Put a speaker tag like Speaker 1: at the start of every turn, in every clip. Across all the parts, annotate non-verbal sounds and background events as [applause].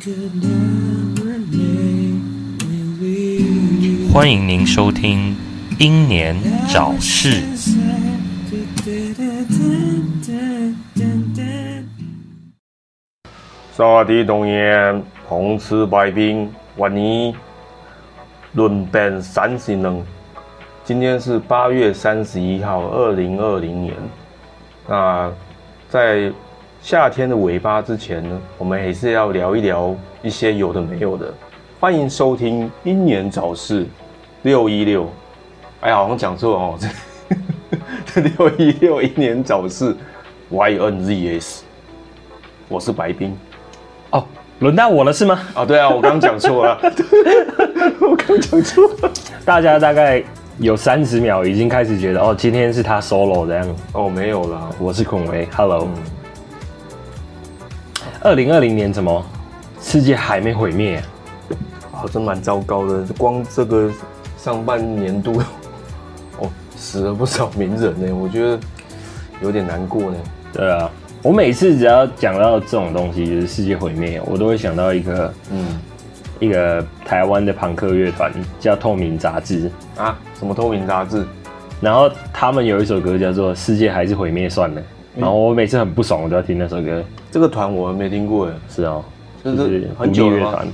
Speaker 1: could not remain really
Speaker 2: 欢迎您收听《英年早逝》。
Speaker 3: 萨提同言，红翅白冰，晚年论本三十人。今天是八月三十一号，二零二零年。那在夏天的尾巴之前呢，我们也是要聊一聊一些有的没有的。欢迎收听《英年早逝》六一六。哎呀，好像讲错哦， [laughs] 这这六一六英年早逝，Y N Z S。我是白冰。
Speaker 4: 哦，轮到我了是吗？
Speaker 3: 啊，对啊，我刚讲
Speaker 4: [laughs]
Speaker 3: 错了，我刚讲错了。
Speaker 4: 大家大概有三十秒已经开始觉得哦，今天是他 solo 这样。
Speaker 3: 哦，没有啦，嗯
Speaker 4: 我是孔维，Hello。二零二零年怎么世界还没毁灭、
Speaker 3: 啊，真蛮糟糕的，光这个上半年度，哦，死了不少名人呢，我觉得有点难过呢。
Speaker 4: 对啊，我每次只要讲到这种东西，就是世界毁灭，我都会想到一个
Speaker 3: 嗯，
Speaker 4: 一个台湾的朋克乐团叫透明杂志，
Speaker 3: 啊，什么透明杂志？
Speaker 4: 然后他们有一首歌叫做《世界还是毁灭算了》，
Speaker 2: 嗯
Speaker 4: 然后我每次很不爽，我都要听那首歌。
Speaker 3: 这个团我还没听过哎，
Speaker 4: 是哦，
Speaker 3: 这
Speaker 4: 就是是
Speaker 3: 很
Speaker 4: 独
Speaker 3: 久
Speaker 4: 立
Speaker 3: 了
Speaker 4: 乐
Speaker 3: 吗
Speaker 4: 团。？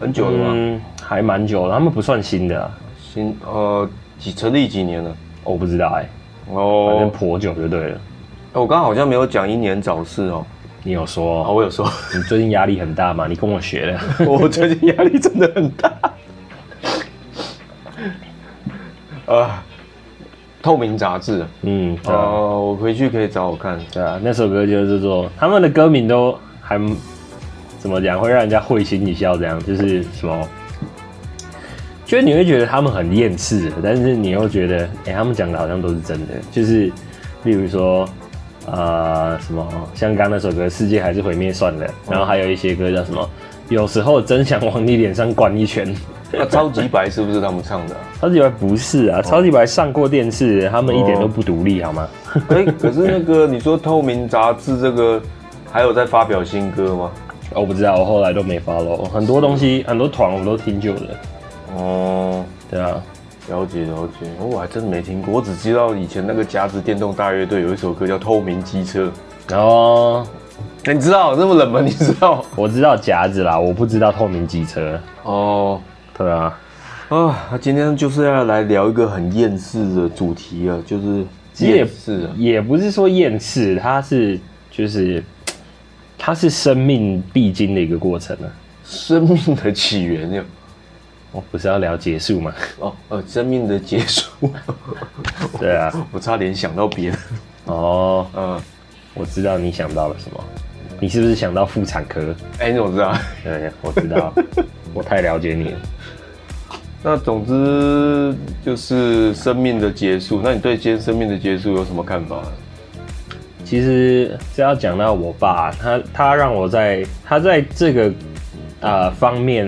Speaker 3: 很久了吗？
Speaker 4: 嗯，还蛮久了，他们不算新的、啊，
Speaker 3: 新呃，几成立几年了？
Speaker 4: 我不知道哎、反正
Speaker 3: 哦，哎
Speaker 4: 颇久就对了。
Speaker 3: 我刚刚好像没有讲英年早逝哦。
Speaker 4: 你有
Speaker 3: 啊，
Speaker 4: 说
Speaker 3: 我有说， [laughs]
Speaker 4: 你最近压力很大吗？你跟我学的， [laughs]
Speaker 3: 我最近压力真的很大。 [laughs] 啊，透明杂志啊
Speaker 4: 嗯，对啊，
Speaker 3: 哦，我回去可以找我看。
Speaker 4: 对啊，那首歌就是说他们的歌名都还怎么讲，会让人家会心一笑，这样就是什么。就是你会觉得他们很厌世，但是你又觉得，哎、他们讲的好像都是真的。就是，例如说，呃，什么，像刚刚那首歌《世界还是毁灭算了》，然后还有一些歌叫什么，有时候真想往你脸上灌一拳。
Speaker 3: 那超级白是不是他们唱的 [laughs] 啊？
Speaker 4: 超级白不是啊，超级白上过电视，他们一点都不独立，好吗？
Speaker 3: 哎，可是那个你说透明杂志这个还有在发表新歌吗？
Speaker 4: 哦我不知道，我后来都没 follow，很多东西很多团我都听旧的，
Speaker 3: 哦，
Speaker 4: 对啊，
Speaker 3: 了解了解，哦我还真没听过，我只知道以前那个夹子电动大乐队有一首歌叫《透明机车》。
Speaker 4: 然后
Speaker 3: 哎你知道这么冷门？你知道？
Speaker 4: 我知道夹子啦，我不知道透明机车，
Speaker 3: 哦，
Speaker 4: 对啊，
Speaker 3: [laughs] 啊，今天就是要来聊一个很厌世的主题啊，就是
Speaker 4: 其实也
Speaker 3: 厌世啊，
Speaker 4: 也不是说厌世，它是就是它是生命必经的一个过程啊，
Speaker 3: 生命的起源呀。
Speaker 4: 我不是要聊结束吗？ [laughs]
Speaker 3: 哦，呃，生命的结束，
Speaker 4: 对啊，
Speaker 3: [laughs] 我差点想到别的。
Speaker 4: 哦，
Speaker 3: 嗯，
Speaker 4: 我知道你想到了什么，你是不是想到妇产科？
Speaker 3: 哎，你怎么知道？ [laughs]
Speaker 4: 对，我知道，我太了解你了。
Speaker 3: 那总之就是生命的结束。那你对今天生命的结束有什么看法？
Speaker 4: 其实这要讲到我爸，他他让我在他在这个啊方面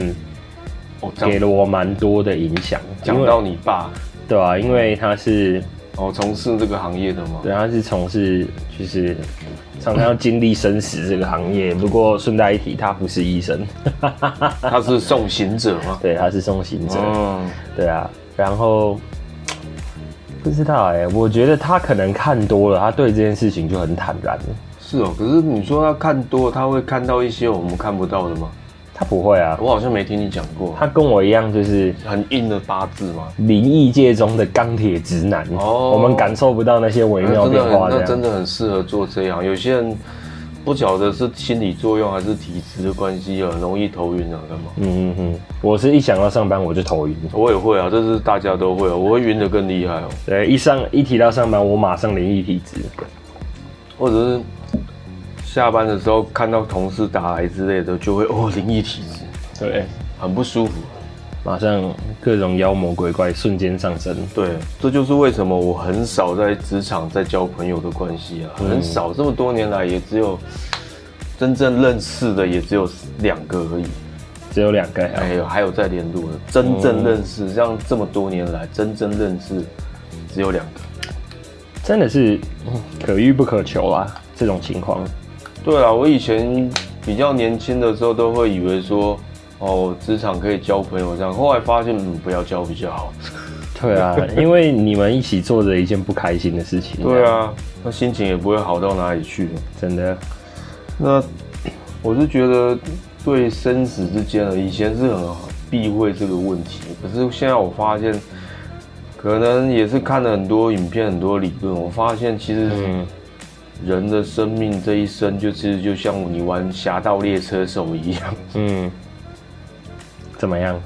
Speaker 3: 哦，讲
Speaker 4: 给了我蛮多的影响，因
Speaker 3: 讲
Speaker 4: 为
Speaker 3: 到你爸，
Speaker 4: 对啊，因为他是
Speaker 3: 哦，从事这个行业的嘛。
Speaker 4: 对他是从事就是常常要经历生死这个行业。不过顺带一提，他不是医生， [laughs]
Speaker 3: 他是送行者嘛。
Speaker 4: 对，他是送行者，
Speaker 3: 嗯，
Speaker 4: 对啊。然后不知道哎、我觉得他可能看多了，他对这件事情就很坦然了。
Speaker 3: 是哦。可是你说他看多，他会看到一些我们看不到的吗？
Speaker 4: 他不会啊，
Speaker 3: 我好像没听你讲过。
Speaker 4: 他跟我一样就是
Speaker 3: 很硬的八字吗？
Speaker 4: 灵异界中的钢铁直男，
Speaker 3: 哦
Speaker 4: 我们感受不到那些微妙
Speaker 3: 那真
Speaker 4: 变
Speaker 3: 的
Speaker 4: 化，
Speaker 3: 很，
Speaker 4: 这
Speaker 3: 那
Speaker 4: 样。
Speaker 3: 真的很适合做这样。有些人不晓得是心理作用还是体质的关系啊，很容易头晕啊，干嘛？
Speaker 4: 嗯嗯嗯，我是一想到上班我就头晕，
Speaker 3: 我也会啊，这是大家都会啊，我会晕的更厉害哦，
Speaker 4: 对，一上一提到上班，我马上灵异体质。
Speaker 3: 或者是下班的时候看到同事打来之类的，就会哦灵异体质，
Speaker 4: 对，
Speaker 3: 很不舒服。
Speaker 4: 马上各种妖魔鬼怪瞬间上升。
Speaker 3: 对，这就是为什么我很少在职场在交朋友的关系啊，很少，这么多年来也只有真正认识的也只有两个而已。
Speaker 4: 只有两个呀、
Speaker 3: 哎呦，还有在联络的，真正认识，这样这么多年来，真正认识只有两个。
Speaker 4: 真的是嗯可遇不可求啊，这种情况。
Speaker 3: 对啊，我以前比较年轻的时候都会以为说，哦，职场可以交朋友这样，后来发现嗯，不要交比较好。
Speaker 4: 对
Speaker 3: [laughs]
Speaker 4: 啊，因为你们一起做着一件不开心的事情。
Speaker 3: 对，啊，那心情也不会好到哪里去。
Speaker 4: 真的，
Speaker 3: 那我是觉得对生死之间的，以前是很避讳这个问题，可是现在我发现，可能也是看了很多影片、很多理论，我发现其实
Speaker 4: 嗯，
Speaker 3: 人的生命这一生，就其实就像你玩《侠盗猎车手》一样，
Speaker 4: 嗯，怎么样？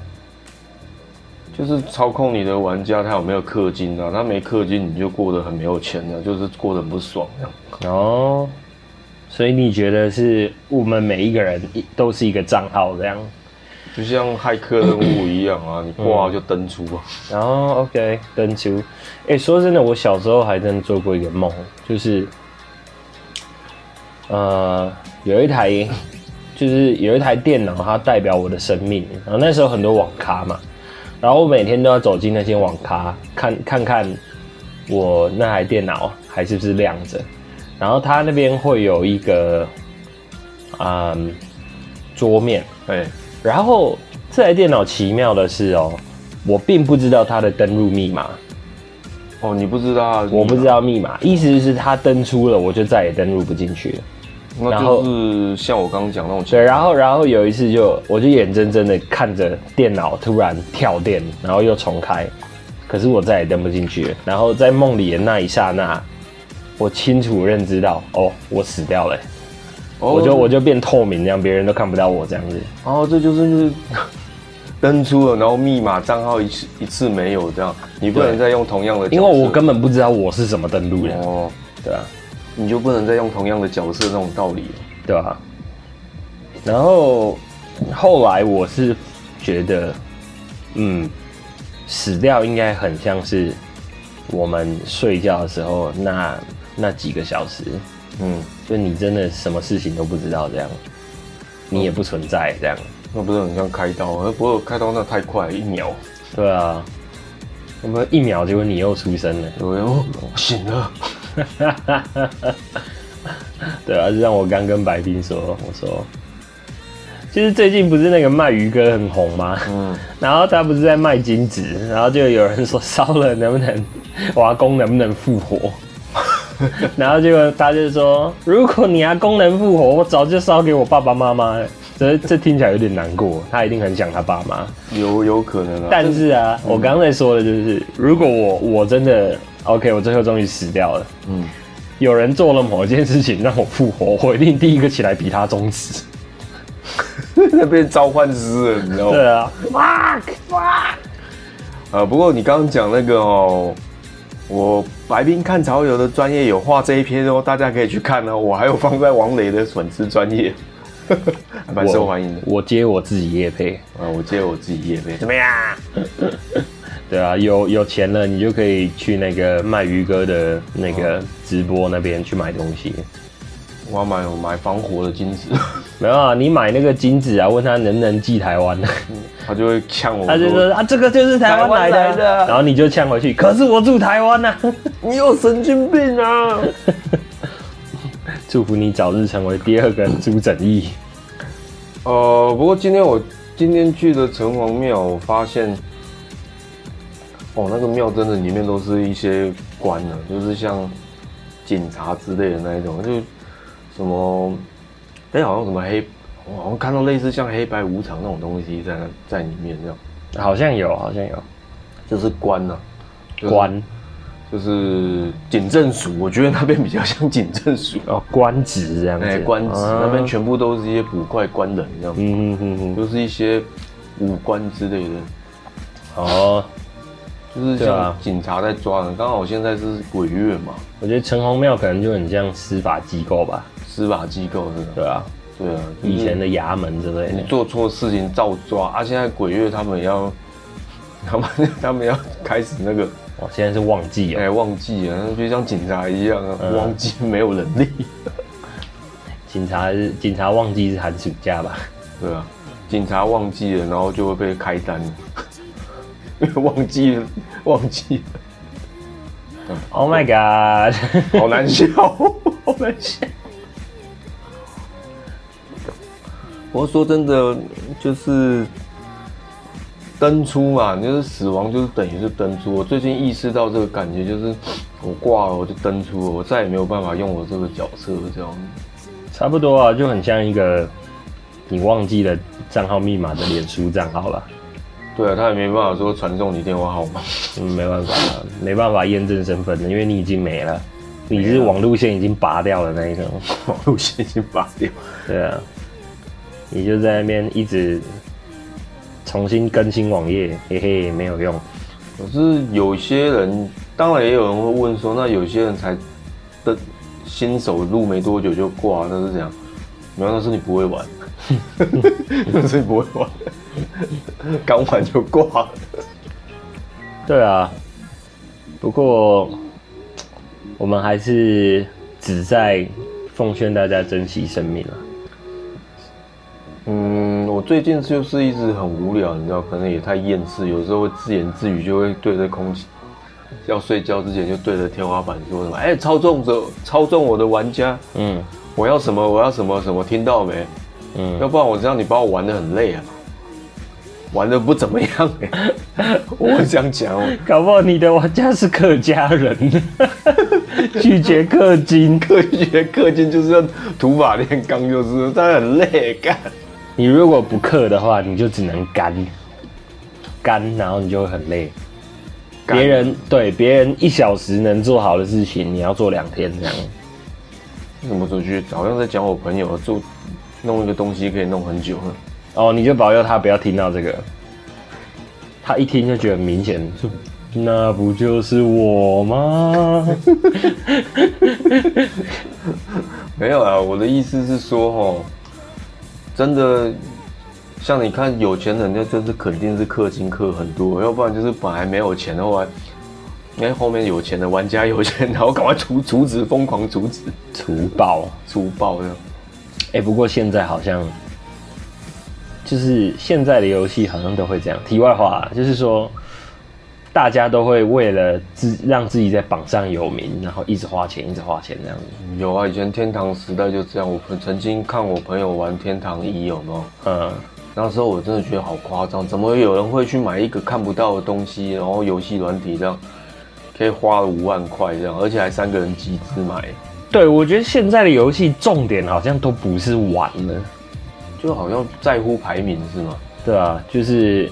Speaker 3: 就是操控你的玩家他有没有氪金啊？他没氪金，你就过得很没有钱啊，就是过得很不爽啊这样。
Speaker 4: 哦，所以你觉得是我们每一个人一都是一个账号这样？
Speaker 3: 就像骇客任务一样啊，你挂了就登出啊。
Speaker 4: 然后 OK 登出。哎、说真的，我小时候还真的做过一个梦，就是呃，有一台就是有一台电脑，它代表我的生命。然后那时候很多网咖嘛，然后我每天都要走进那些网咖，看看看我那台电脑还是不是亮着。然后它那边会有一个嗯桌面，
Speaker 3: 哎、
Speaker 4: 然后这台电脑奇妙的是哦，我并不知道它的登录密码，
Speaker 3: 哦，你不知道啊，
Speaker 4: 我不知道密码，意思是它登出了，我就再也登录不进去了。
Speaker 3: 啊那
Speaker 4: 然后
Speaker 3: 就是像我刚刚讲那种情
Speaker 4: 对，
Speaker 3: 况，
Speaker 4: 然后然后有一次就我就眼睁睁的看着电脑突然跳电，然后又重开，可是我再也登不进去了。然后在梦里的那一刹那，我清楚认知到，哦，我死掉了，
Speaker 3: 哦
Speaker 4: 我就我就变透明，这样别人都看不到我这样子。
Speaker 3: 哦，这就是就是 [laughs] 登出了，然后密码账号一次一次没有这样，你不能
Speaker 4: 对
Speaker 3: 再用同样的角
Speaker 4: 因
Speaker 3: 色，
Speaker 4: 为我根本不知道我是怎么登录的，
Speaker 3: 哦，
Speaker 4: 对啊。
Speaker 3: 你就不能再用同样的角色那种道理了。
Speaker 4: 对啊。然后后来我是觉得，嗯，死掉应该很像是我们睡觉的时候那那几个小时，
Speaker 3: 嗯，
Speaker 4: 就你真的什么事情都不知道这样，你也不存在这样，
Speaker 3: 那不是很像开刀？呃，不过开刀那太快，一秒，
Speaker 4: 对啊。那么一秒，结果你又出生了，
Speaker 3: 有没有？哦醒了，
Speaker 4: 对啊，就像我刚跟白冰说，我说，其实最近不是那个卖鱼哥很红吗？
Speaker 3: 嗯，
Speaker 4: 然后他不是在卖金纸，然后就有人说烧了能不能，我阿公能不能复活？ [laughs] 然后结果他就说，如果你阿公能复活，我早就烧给我爸爸妈妈了。这这听起来有点难过，他一定很想他爸妈。
Speaker 3: 有有可能啊，
Speaker 4: 但是啊，我刚才说的就是，如果我我真的 OK，我最后终于死掉了，
Speaker 3: 嗯，
Speaker 4: 有人做了某件事情让我复活，我一定第一个起来比他终止。
Speaker 3: [laughs] 那被召唤师了，你知道吗
Speaker 4: 对？啊，
Speaker 3: 啊，不过你刚刚讲那个哦，我白冰看潮流的专业有画这一篇哦，大家可以去看哦。我还有放在王磊的粉丝专业， [laughs] 还蛮受欢迎的。
Speaker 4: 我接我自己业配。
Speaker 3: 啊，我接我自己业呗。
Speaker 4: 怎么样？ [laughs] 对啊，有有钱了，你就可以去那个卖鱼哥的那个直播那边去买东西。
Speaker 3: 我要买我买防火的金子， [laughs]
Speaker 4: 没有啊，你买那个金子啊，问他能不能寄台湾，啊
Speaker 3: 他就会呛我
Speaker 4: 他就
Speaker 3: 说
Speaker 4: 说啊，这个就是台湾来的啊，
Speaker 3: 台湾来的啊
Speaker 4: 然后你就呛回去，可是我住台湾啊呐、：“
Speaker 3: 你有神经病啊
Speaker 4: 祝福你早日成为第二个朱正义。！”
Speaker 3: 呃，不过今天我今天去的城隍庙，我发现，哦，那个庙真的里面都是一些官啊，就是像警察之类的那一种，就什么，哎、好像什么黑，我好像看到类似像黑白无常那种东西在那在里面这样，
Speaker 4: 好像有，好像有
Speaker 3: 就是官啊，就是
Speaker 4: 官
Speaker 3: 就是警政署，我觉得那边比较像警政署，
Speaker 4: 哦，官职这样子，
Speaker 3: 哎、官职、
Speaker 4: 啊
Speaker 3: 那边全部都是一些捕快官人这样，
Speaker 4: 嗯嗯嗯嗯，
Speaker 3: 就是一些武官之类的。
Speaker 4: 哦，
Speaker 3: 就是
Speaker 4: 对啊
Speaker 3: 像警察在抓人，刚好现在是鬼月嘛，
Speaker 4: 我觉得城隍庙可能就很像司法机构吧，
Speaker 3: 司法机构是吧？
Speaker 4: 对啊，
Speaker 3: 对啊，就是
Speaker 4: 以前的衙门之类的
Speaker 3: 你。做错事情照抓啊，现在鬼月他们也要， [laughs] 他们他们要开始那个
Speaker 4: 我现在是旺季
Speaker 3: 哎、
Speaker 4: 哦，
Speaker 3: 忘记啊，就像警察一样啊，
Speaker 4: 嗯
Speaker 3: 忘记没有能力，
Speaker 4: 警察是警察旺季是寒暑假吧？
Speaker 3: 对啊，警察忘记了，然后就会被开单， [laughs] 忘记了忘记了，
Speaker 4: Oh my god！ [laughs]
Speaker 3: 好难笑，好难笑。我说真的，就是登出嘛，就是死亡，就是等于是登出。我最近意识到这个感觉，就是我挂了，我就登出了，我再也没有办法用我这个角色这样。
Speaker 4: 差不多啊，就很像一个你忘记了账号密码的脸书账号了。
Speaker 3: 对啊，他也没办法说传送你电话号码。
Speaker 4: 嗯，没办法啊，没办法验证身份的，因为你已经没了，你是网路线已经拔掉了那一种。
Speaker 3: 网路线已经拔掉。
Speaker 4: 对啊，你就在那边一直重新更新网页，嘿嘿，没有用。
Speaker 3: 可是有些人，当然也有人会问说，那有些人才的新手入没多久就挂，那是怎样？没有，那是你不会玩，那是你不会玩，刚玩就挂了。
Speaker 4: 对啊，不过我们还是只在奉劝大家珍惜生命啊。
Speaker 3: 嗯，我最近就是一直很无聊，你知道，可能也太厌世，有时候会自言自语，就会对着空气，要睡觉之前就对着天花板说什么：“哎、操纵者，操纵我的玩家，
Speaker 4: 嗯
Speaker 3: 我要什么，我要什么什么，听到没？”要
Speaker 4: 嗯，
Speaker 3: 不然我知道你把我玩的很累啊，玩的不怎么样、
Speaker 4: [laughs]
Speaker 3: 欸。我这样讲，我
Speaker 4: 搞不好你的玩家是客家人，啊 [laughs] 拒绝氪金。
Speaker 3: [laughs] 科学氪金就是要土法炼钢，就是但很累干。
Speaker 4: 你如果不氪的话，你就只能干干，然后你就会很累。
Speaker 3: 干
Speaker 4: 别人对别人一小时能做好的事情，你要做两天这样。
Speaker 3: 为什么出去？好像在讲我朋友做弄一个东西可以弄很久了。
Speaker 4: 哦，你就保佑他不要听到这个。他一听就觉得很明显，就那不就是我吗？ [laughs]
Speaker 3: 没有啊，我的意思是说，哦，真的，像你看有钱人，那真是肯定是氪金氪很多，要不然就是本来没有钱，后来，哎，后面有钱的玩家有钱，然后赶快阻阻止，疯狂阻止，
Speaker 4: 除暴。
Speaker 3: 粗暴这样。
Speaker 4: 哎、不过现在好像，就是现在的游戏好像都会这样。题外话，就是说，大家都会为了自让自己在榜上有名，然后一直花钱，一直花钱这样子。
Speaker 3: 有啊，以前天堂时代就这样。我曾经看我朋友玩天堂一，有没有？
Speaker 4: 嗯，
Speaker 3: 那时候我真的觉得好夸张，怎么会有人会去买一个看不到的东西，然后游戏软体这样，可以花了五万块这样，而且还三个人集资买，
Speaker 4: 对，我觉得现在的游戏重点好像都不是玩了，
Speaker 3: 就好像在乎排名是吗？
Speaker 4: 对啊，就是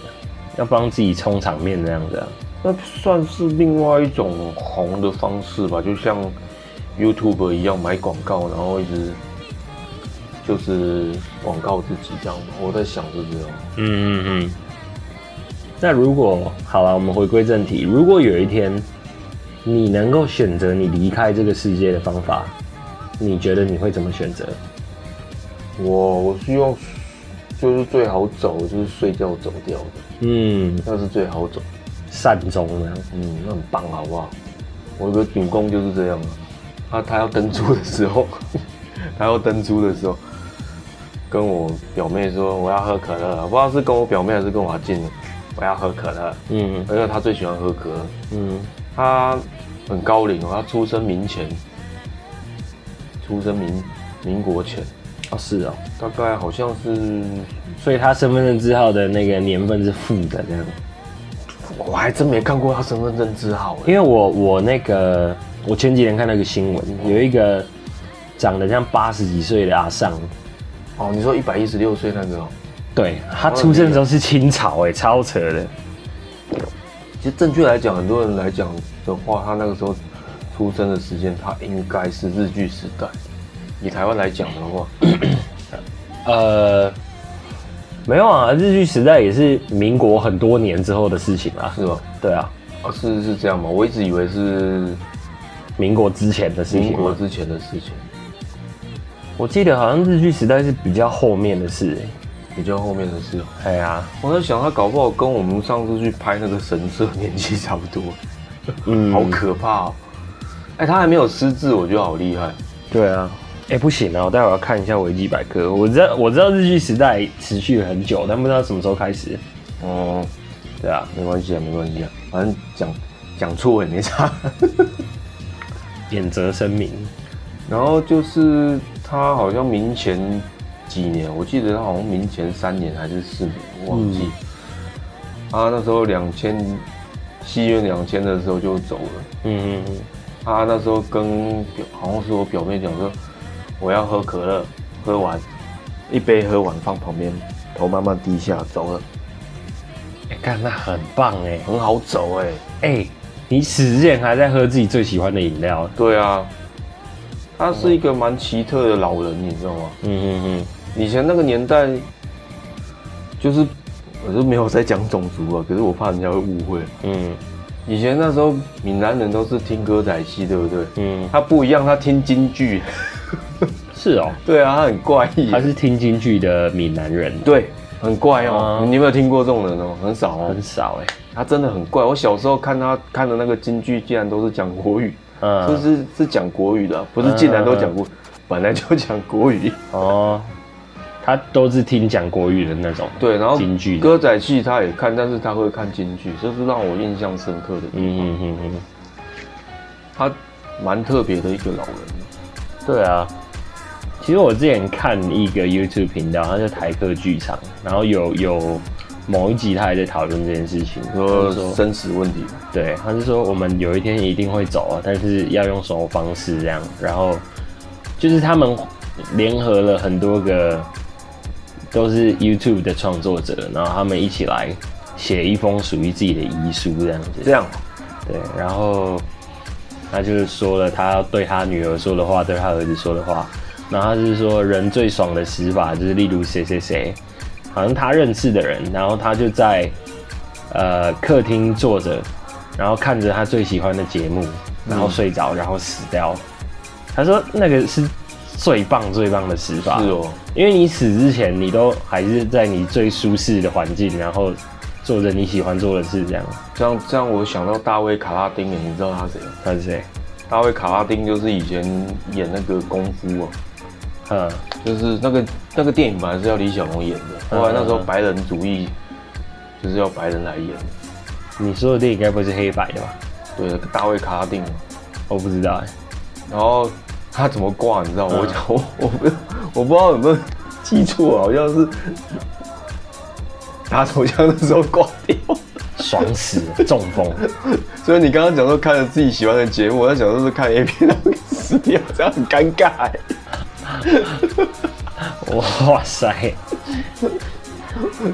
Speaker 4: 要帮自己充场面这样子、啊。
Speaker 3: 那算是另外一种红的方式吧，就像 YouTube 一样买广告，然后一直就是广告自己这样。我在想是这样。哦
Speaker 4: 嗯嗯嗯。那如果好了，我们回归正题，如果有一天你能够选择你离开这个世界的方法，你觉得你会怎么选择？
Speaker 3: 我我希望就是最好走，就是睡觉走掉的，
Speaker 4: 嗯，
Speaker 3: 那是最好走。
Speaker 4: 善终这样。
Speaker 3: 嗯，那很棒，好不好？我有个女工就是这样啊，她她要登出的时候， [laughs] 她要登出的时候，跟我表妹说我要喝可乐，我不知道是跟我表妹还是跟我阿静，我要喝可乐，
Speaker 4: 嗯
Speaker 3: 因为她最喜欢喝可乐。
Speaker 4: 嗯，
Speaker 3: 她很高龄哦，她出生民前，出生民民国前，
Speaker 4: 哦是哦，
Speaker 3: 大概好像是
Speaker 4: 所以他身份证字号的那个年份是负的这样。
Speaker 3: 我还真没看过他身份证字号
Speaker 4: 因为
Speaker 3: 哎，
Speaker 4: 我我那个我前几天看到一个新闻，有一个长得像八十几岁的阿尚，
Speaker 3: 哦，你说一百一十六岁那个、哦，
Speaker 4: 对他出生的时候是清朝哎、超扯的。
Speaker 3: 其实正确来讲，很多人来讲的话，他那个时候出生的时间，他应该是日据时代。以台湾来讲的话，
Speaker 4: 呃，没有啊，日据时代也是民国很多年之后的事情啊。
Speaker 3: 是吧？
Speaker 4: 对啊，
Speaker 3: 啊，是是这样吗？我一直以为是
Speaker 4: 民国之前的事
Speaker 3: 民
Speaker 4: 情
Speaker 3: 国
Speaker 4: 嘛。
Speaker 3: 之前的事情，
Speaker 4: 我记得好像日据时代是比较后面的事、
Speaker 3: 比较后面的事。
Speaker 4: 哎呀，
Speaker 3: 我在想，他搞不好跟我们上次去拍那个神社年纪差不多，
Speaker 4: 嗯
Speaker 3: 好可怕哦！哎、他还没有失智，我觉得好厉害。
Speaker 4: 对啊，哎、不行啊，我待会儿要看一下维基百科。我知道我知道日据时代持续了很久，但不知道什么时候开始。
Speaker 3: 哦、
Speaker 4: 对啊，
Speaker 3: 没关系啊，没关系啊，反正讲讲错也没差。
Speaker 4: 免责声明。
Speaker 3: 然后就是他好像民前几年，我记得他好像明前三年还是四年，我忘记。他那时候两千西元两千的时候就走了。
Speaker 4: 嗯嗯
Speaker 3: 他那时候跟表好像是我表妹讲说，我要喝可乐，喝完一杯喝完放旁边，头慢慢低下走了，
Speaker 4: 嗯，哎干、那很棒哎、
Speaker 3: 很好走哎、
Speaker 4: 哎、你死之前还在喝自己最喜欢的饮料，
Speaker 3: 对啊，他是一个蛮奇特的老人，你知道吗？
Speaker 4: 嗯嗯
Speaker 3: 以前那个年代，就是我就没有在讲种族啊，可是我怕人家会误会。
Speaker 4: 嗯
Speaker 3: 以前那时候闽南人都是听歌仔戏，对不对？
Speaker 4: 嗯嗯，
Speaker 3: 他不一样，他听京剧。 [laughs]
Speaker 4: 是哦，
Speaker 3: 对啊，他很怪异。
Speaker 4: 他是听京剧的闽南人，
Speaker 3: 对，很怪哦、
Speaker 4: 啊
Speaker 3: 你有没有听过这种人哦、很少哦、
Speaker 4: 很少哎、
Speaker 3: 他真的很怪。我小时候看他看的那个京剧，竟然都是讲国语，
Speaker 4: 嗯，
Speaker 3: 就是是讲国语的啊，不是竟然都讲国，
Speaker 4: 啊
Speaker 3: 本来就讲国语。
Speaker 4: 哦，他都是听讲国语的那种，
Speaker 3: 对，然后
Speaker 4: 京剧的
Speaker 3: 歌仔戏他也看，但是他会看京剧，这是让我印象深刻的。
Speaker 4: 嗯嗯嗯嗯，
Speaker 3: 他蛮特别的一个老人。
Speaker 4: 对啊。其实我之前看一个 YouTube 频道，它叫台客剧场，然后有有某一集他还在讨论这件事情，
Speaker 3: 你说
Speaker 4: 就是
Speaker 3: 生死问题，
Speaker 4: 对，他是说我们有一天一定会走，但是要用什么方式这样，然后就是他们联合了很多个都是 YouTube 的创作者，然后他们一起来写一封属于自己的遗书这样子，
Speaker 3: 这样
Speaker 4: 对，然后他就是说了他对他女儿说的话，对他儿子说的话，然后他就是说人最爽的死法就是例如谁谁谁，好像他认识的人，然后他就在呃客厅坐着，然后看着他最喜欢的节目，
Speaker 3: 嗯
Speaker 4: 然后睡着，然后死掉。他说那个是最棒最棒的死法，
Speaker 3: 是哦，
Speaker 4: 因为你死之前，你都还是在你最舒适的环境，然后做着你喜欢做的事，这样。
Speaker 3: 这样这样我想到大卫卡拉丁耶，你知道他谁吗？哦
Speaker 4: 他是谁？
Speaker 3: 大卫卡拉丁就是以前演那个功夫啊，
Speaker 4: 嗯。
Speaker 3: 就是那个那个电影本来是要李小龙演的，
Speaker 4: 嗯
Speaker 3: 后来那时候白人主义就是要白人来演，
Speaker 4: 你说的电影该不会是黑白的吧？
Speaker 3: 对，大卫卡拉丁嘛，
Speaker 4: 我不知道哎、
Speaker 3: 然后他怎么挂，你知道吗？
Speaker 4: 嗯
Speaker 3: 我讲我我不我不知道有没有记错，好像是打手枪的时候挂掉。
Speaker 4: 爽死
Speaker 3: [laughs]
Speaker 4: 了，中风。
Speaker 3: 所以你刚刚讲说看了自己喜欢的节目，我在想说是看 A 片然 [laughs] 后死掉，这样很尴尬欸。
Speaker 4: 哇塞，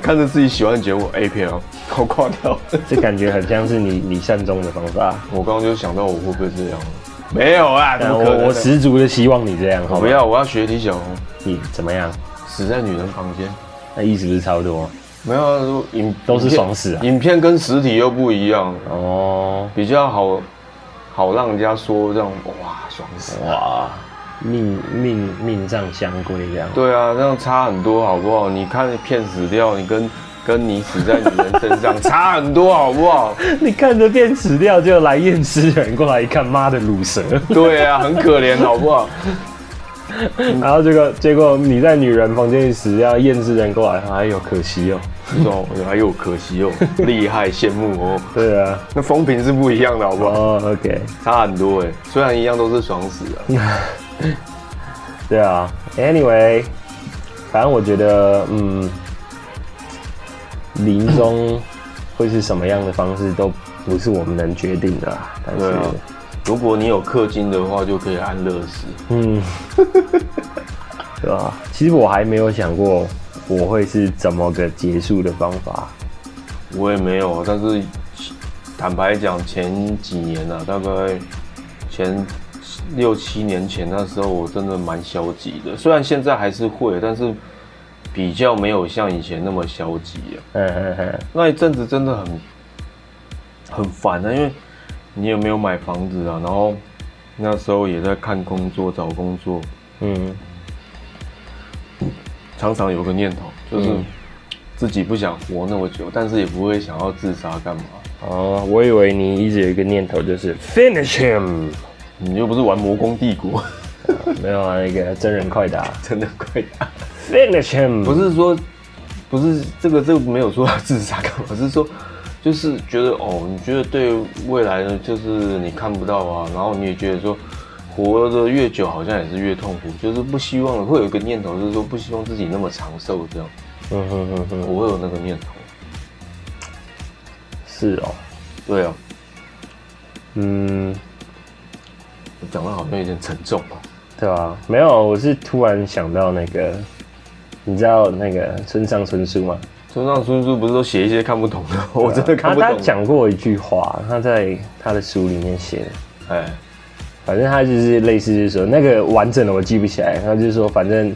Speaker 3: 看着自己喜欢的节目 A 片哦，我挂掉了。
Speaker 4: 这感觉很像是你你善终的方法。
Speaker 3: 我刚刚就想到我会不会这样？没有啊，怎
Speaker 4: 但
Speaker 3: 么可能呢？
Speaker 4: 哎我我十足的希望你这样，好吗
Speaker 3: 我不要，我要学李小龙，
Speaker 4: 你怎么样？
Speaker 3: 死在女人房间。
Speaker 4: 那意思不是差不多？
Speaker 3: 没有啊，说影
Speaker 4: 都是
Speaker 3: 影片
Speaker 4: 爽死啊
Speaker 3: 影片跟实体又不一样，
Speaker 4: 哦，
Speaker 3: 比较好好让人家说这样哇爽死。
Speaker 4: 哇，命命命葬相归这样。
Speaker 3: 对啊，这样差很多好不好？你看片死掉，你跟跟你死在女人身上差很多好不好？
Speaker 4: 你看着电死掉，就来验尸人过来一看，妈的乳
Speaker 3: [laughs]
Speaker 4: 蛇，
Speaker 3: 对啊，很可怜好不好？
Speaker 4: 然后结果结果你在女人房间里死掉，验尸人过来，哎呦可惜哦。
Speaker 3: 这种哎呦可惜哦，厉害羡慕哦。
Speaker 4: 对啊，
Speaker 3: 那风评是不一样的好不好？
Speaker 4: 哦 OK。
Speaker 3: 差很多哎、虽然一样都是爽死啊。
Speaker 4: 对啊，Anyway，反正我觉得，嗯，临终会是什么样的方式都不是我们能决定的啦。但是，
Speaker 3: 对啊，如果你有氪金的话，就可以安乐死。
Speaker 4: [laughs] 嗯，对啊，其实我还没有想过我会是怎么个结束的方法。
Speaker 3: 我也没有，啊但是坦白讲，前几年啊，大概前六七年前，那时候我真的蛮消极的。虽然现在还是会，但是比较没有像以前那么消极啊。
Speaker 4: 嗯嗯嗯，
Speaker 3: 那一阵子真的很很烦啊，因为你也没有买房子啊，然后那时候也在看工作、找工作，
Speaker 4: 嗯
Speaker 3: 常常有个念头，就是
Speaker 4: 嗯
Speaker 3: 自己不想活那么久，但是也不会想要自杀干嘛。
Speaker 4: 哦，我以为你一直有一个念头就是 finish him，
Speaker 3: 你又不是玩魔宫帝国，
Speaker 4: [laughs]
Speaker 3: [laughs]
Speaker 4: 没有啊，那个真人快打
Speaker 3: 真的快打。
Speaker 4: finish him，
Speaker 3: 不是说，不是这个这个没有说要自杀干嘛，是说就是觉得哦，你觉得对未来呢，就是你看不到啊，然后你也觉得说活得越久，好像也是越痛苦，就是不希望会有一个念头，就是说不希望自己那么长寿这样。
Speaker 4: 嗯哼哼哼，
Speaker 3: 我会有那个念头。
Speaker 4: 是哦，
Speaker 3: 对啊，
Speaker 4: 嗯，
Speaker 3: 我讲的好像有点沉重哦。
Speaker 4: 对啊，没有，我是突然想到那个，你知道那个村上春树吗？啊
Speaker 3: 村上春树不是都写一些看不懂的，我真的看不
Speaker 4: 他
Speaker 3: 懂。
Speaker 4: 他讲过一句话，他在他的书里面写的，
Speaker 3: 哎，
Speaker 4: 反正他就是类似就是说那个完整的我记不起来，他就是说反正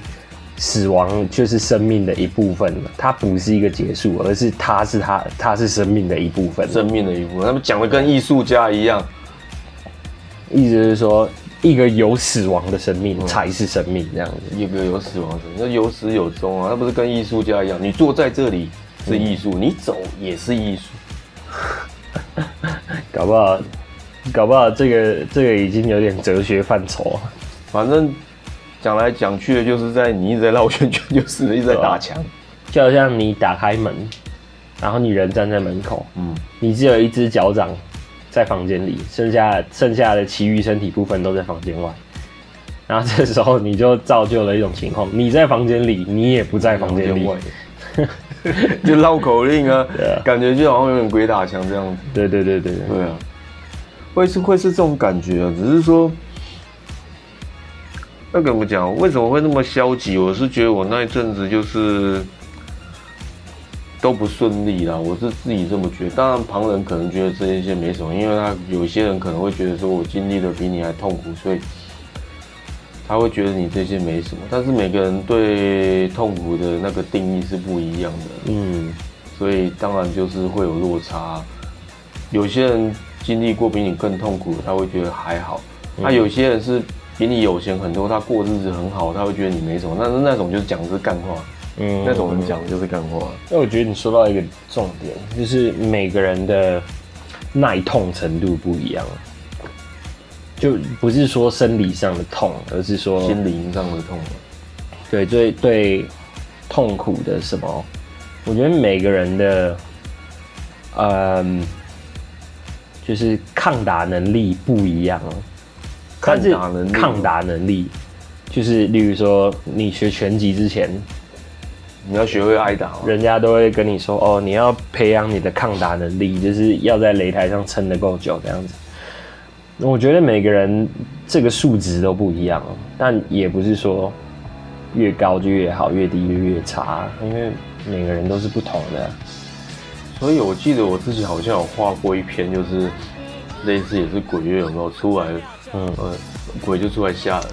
Speaker 4: 死亡就是生命的一部分嘛，它不是一个结束，而是它是它它是生命的一部分。
Speaker 3: 生命的一部分，他们讲的跟艺术家一样。
Speaker 4: 意思就是说，一个有死亡的生
Speaker 3: 嗯
Speaker 4: 命才是生命这样子。
Speaker 3: 一个有死亡者，那有始有终啊，那不是跟艺术家一样？你坐在这里是艺术，你走也是艺术。
Speaker 4: 搞不好，搞不好这个这个已经有点哲学范畴。
Speaker 3: 反正讲来讲去的，就是在你一直在绕圈圈，就是一直在打
Speaker 4: 啊
Speaker 3: 墙。
Speaker 4: 就好像你打开门，然后你人站在门口，
Speaker 3: 嗯，
Speaker 4: 你只有一只脚掌在房间里，剩下剩下的其余身体部分都在房间外。然后这时候你就造就了一种情况，你在房间里，你也不在房间里。
Speaker 3: [laughs] 就绕口令啊
Speaker 4: [laughs] 对啊，
Speaker 3: 感觉就好像有点鬼打墙这样子。
Speaker 4: 对对对对对，
Speaker 3: 对啊，会是会是这种感觉啊，只是说，那个怎么讲？为什么会那么消极？我是觉得我那一阵子就是都不顺利啦，我是自己这么觉得。当然，旁人可能觉得这一些没什么，因为他有些人可能会觉得说我经历的比你还痛苦，所以。他会觉得你这些没什么，但是每个人对痛苦的那个定义是不一样的。
Speaker 4: 嗯，
Speaker 3: 所以当然就是会有落差。有些人经历过比你更痛苦，他会觉得还好；
Speaker 4: 嗯
Speaker 3: 那、有些人是比你有钱很多，他过日子很好，他会觉得你没什么。那那种就是讲的是干话，
Speaker 4: 嗯
Speaker 3: 那种人讲的就是干话。
Speaker 4: 那我觉得你说到一个重点，就是每个人的耐痛程度不一样，就不是说生理上的痛，而是说
Speaker 3: 心灵上的痛，
Speaker 4: 对对对痛苦的什么？我觉得每个人的，嗯，就是抗打能力不一样哦。
Speaker 3: 抗
Speaker 4: 但
Speaker 3: 打
Speaker 4: 是
Speaker 3: 能力
Speaker 4: 抗打能力，就是例如说你学拳击之前，
Speaker 3: 你要学会挨打、哦。
Speaker 4: 人家都会跟你说哦，你要培养你的抗打能力，就是要在擂台上撑得够久这样子。我觉得每个人这个数值都不一样哦，但也不是说越高就越好，越低就越差，因为每个人都是不同的。
Speaker 3: 所以我记得我自己好像有画过一篇，就是类似也是鬼月有没有出来，
Speaker 4: 嗯
Speaker 3: 呃，鬼就出来吓人，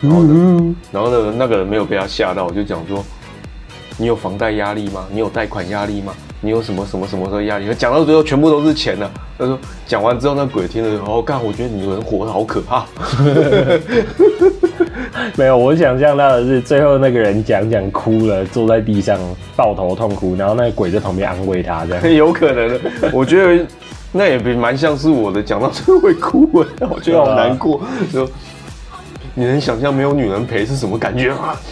Speaker 3: 然后呢，然后呢，那个人没有被他吓到，我就讲说，你有房贷压力吗？你有贷款压力吗？你有什么什么什么的压力？讲到最后全部都是钱呢、啊他说讲完之后，那鬼听了，哦，干，我觉得你人活得好可怕。 [laughs]
Speaker 4: 没有，我想象到的是最后那个人讲讲哭了，坐在地上抱头痛哭，然后那个鬼在旁边安慰他这样。
Speaker 3: 有可能的，我觉得那也比蛮像是我的，讲到最后会哭，我觉得好难过。就你能想象没有女人陪是什么感觉吗？ [laughs]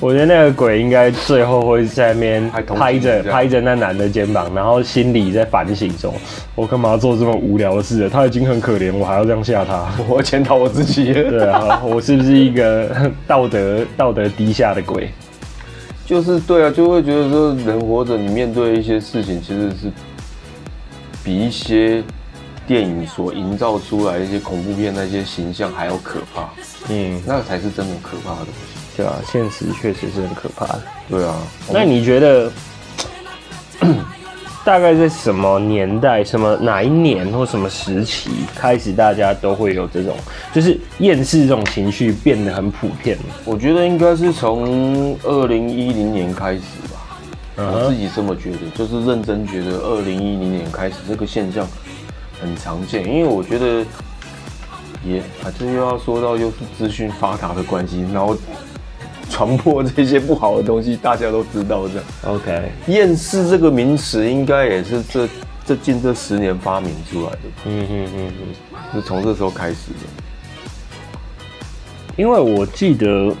Speaker 4: 我觉得那个鬼应该最后会在那边
Speaker 3: 还同情
Speaker 4: 拍着
Speaker 3: 这样
Speaker 4: 拍着那男的肩膀，然后心里在反省说：“我干嘛做这么无聊的事？啊他已经很可怜，我还要这样吓他 [laughs]
Speaker 3: 我要检讨我自己。？”
Speaker 4: 对啊，我是不是一个 [laughs] 道德道德低下的鬼？
Speaker 3: 就是对啊，就会觉得说人活着，你面对一些事情，其实是比一些电影所营造出来的一些恐怖片那些形象还要可怕，
Speaker 4: 嗯，
Speaker 3: 那才是真的可怕的东西。
Speaker 4: 对啊，现实确实是很可怕的。
Speaker 3: 对啊，
Speaker 4: 那你觉得 [clears throat] 大概在什么年代、什么哪一年或什么时期开始，大家都会有这种，就是厌世这种情绪变得很普遍了？
Speaker 3: 我觉得应该是从二零一零年开始吧。
Speaker 4: 嗯
Speaker 3: 我自
Speaker 4: 哼，
Speaker 3: 己这么觉得，就是认真觉得二零一零年开始这个现象很常见，因为我觉得也啊，这又要说到就是资讯发达的关系，然后传播这些不好的东西，大家都知道这样。
Speaker 4: OK，
Speaker 3: 厌世这个名词应该也是这这近这十年发明出来的吧，
Speaker 4: 嗯嗯嗯嗯，
Speaker 3: 是从这时候开始的。
Speaker 4: 因为我记得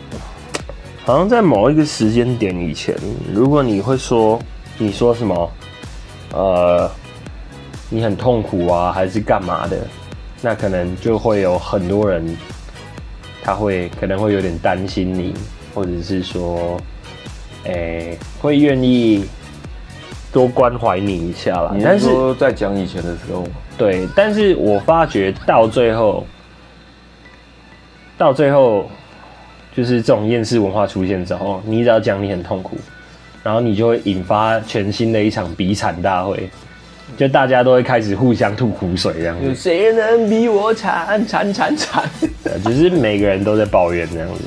Speaker 4: 好像在某一个时间点以前，如果你会说你说什么，呃，你很痛苦啊，还是干嘛的，那可能就会有很多人，他会可能会有点担心你，或者是说，诶、会愿意多关怀你一下啦
Speaker 3: 你。
Speaker 4: 但
Speaker 3: 是
Speaker 4: 是
Speaker 3: 说在讲以前的时候吗，
Speaker 4: 对，但是我发觉到最后，到最后就是这种厌世文化出现之后，你只要讲你很痛苦，然后你就会引发全新的一场比惨大会，就大家都会开始互相吐苦水这样子，
Speaker 3: 谁能比我惨惨惨惨？ [laughs]
Speaker 4: 对就是每个人都在抱怨这样子。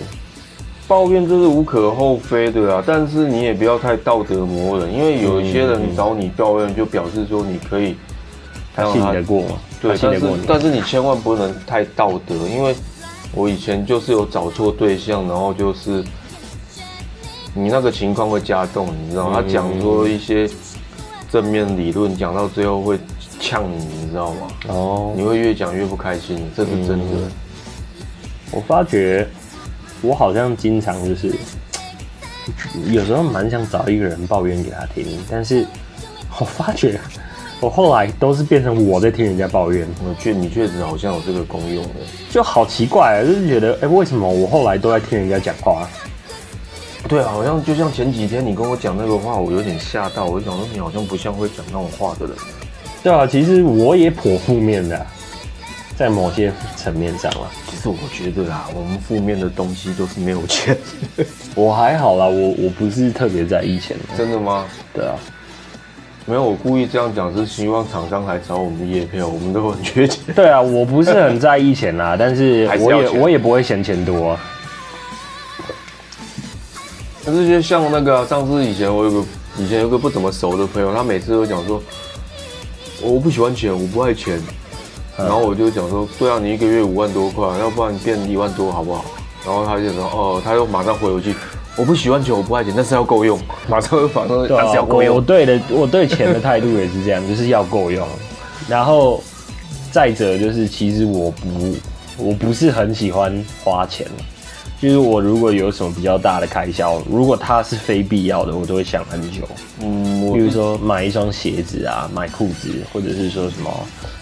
Speaker 3: 抱怨这是无可厚非的啦，但是你也不要太道德磨人，因为有一些人找你抱怨，就表示说你可以
Speaker 4: 他
Speaker 3: 让
Speaker 4: 信得过吗？他
Speaker 3: 啊对，
Speaker 4: 信
Speaker 3: 但
Speaker 4: 得
Speaker 3: 是
Speaker 4: 过你？
Speaker 3: 但是你千万不能太道德，因为我以前就是有找错对象，然后就是你那个情况会加重，你知道吗？他讲说一些正面理论，讲到最后会呛你，你知道吗？
Speaker 4: 哦
Speaker 3: 你会越讲越不开心，这是真的。
Speaker 4: 我发觉我好像经常就是有时候蛮想找一个人抱怨给他听，但是我发觉我后来都是变成我在听人家抱怨，
Speaker 3: 我确你确实好像有这个功用的。
Speaker 4: 就好奇怪、啊，就是觉得哎、诶为什么我后来都在听人家讲话？
Speaker 3: 对，啊好像就像前几天你跟我讲那个话，我有点吓到，我就想说你好像不像会讲那种话的人。
Speaker 4: 对啊，其实我也颇负面的啊、在某些层面上啊啦。
Speaker 3: 其实我觉得啦，我们负面的东西都是没有钱。
Speaker 4: 我还好啦，我我不是特别在意钱的，
Speaker 3: [laughs] 真的吗？
Speaker 4: 对啊。
Speaker 3: 没有，我故意这样讲是希望厂商来找我们叶哦票，我们都很缺钱。
Speaker 4: 对啊，我不是很在意钱啦，但是
Speaker 3: 还是
Speaker 4: 我
Speaker 3: 要
Speaker 4: 也
Speaker 3: 钱
Speaker 4: 我也不会嫌钱多、啊。
Speaker 3: 但是就像那个啊、上次以前我有个以前有个不怎么熟的朋友，他每次都讲说，我不喜欢钱，我不爱钱。然后我就讲说，对啊，你一个月五万多块，要不然你变一万多好不好？然后他就说，哦，他又马上回回去，我不喜欢钱，我不爱钱，但是要够用，马上又马上，
Speaker 4: 对
Speaker 3: 但
Speaker 4: 啊
Speaker 3: 是要，够
Speaker 4: 我我
Speaker 3: 用。
Speaker 4: 对的，我对钱的态度也是这
Speaker 3: [laughs]
Speaker 4: 样，就是要够用。然后再者就是，其实我不我不是很喜欢花钱，就是我如果有什么比较大的开销，如果它是非必要的，我都会想很久。
Speaker 3: 嗯，我
Speaker 4: 比如说买一双鞋子啊，买裤子，或者是说什么，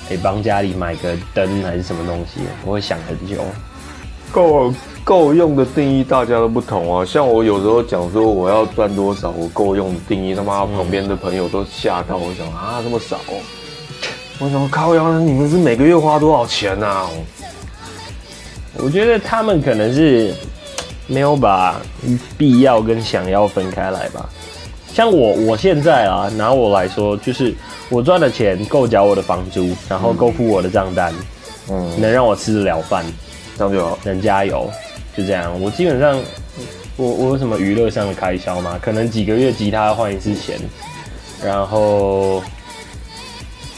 Speaker 4: 诶，帮家里买个灯还是什么东西，我会想很久。
Speaker 3: 够够用的定义大家都不同啊，像我有时候讲说我要赚多少，我够用的定义，他妈旁边的朋友都吓到，我想啊这么少哦、 [laughs] 我想靠呀，你们是每个月花多少钱啊？
Speaker 4: 我觉得他们可能是没有把必要跟想要分开来吧。像我，我现在啊，拿我来说，就是我赚的钱够缴我的房租，然后够付我的账单，
Speaker 3: 嗯， [laughs]
Speaker 4: 能让我吃得了饭，
Speaker 3: 这样就好。
Speaker 4: 能加油，就这样。我基本上，我我有什么娱乐上的开销吗？可能几个月吉他换一次钱，然后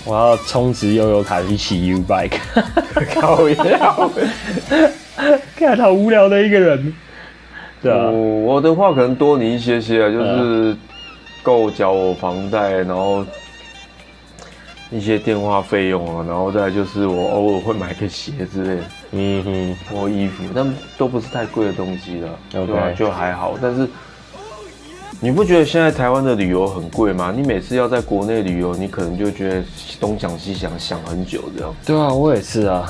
Speaker 4: 我要充值悠游卡去骑 U bike，靠腰，
Speaker 3: [laughs]
Speaker 4: 看好无聊的一个人。对啊，
Speaker 3: 我我的话可能多你一些些啊，就是够缴我房贷，然后一些电话费用啊，然后再就是我偶尔会买个鞋之类的。
Speaker 4: 嗯哼，
Speaker 3: 脱衣服，但都不是太贵的东西了
Speaker 4: OK
Speaker 3: 对啊就还好。但是你不觉得现在台湾的旅游很贵吗？你每次要在国内旅游，你可能就觉得东想西想，想很久这样。
Speaker 4: 对啊，我也是啊。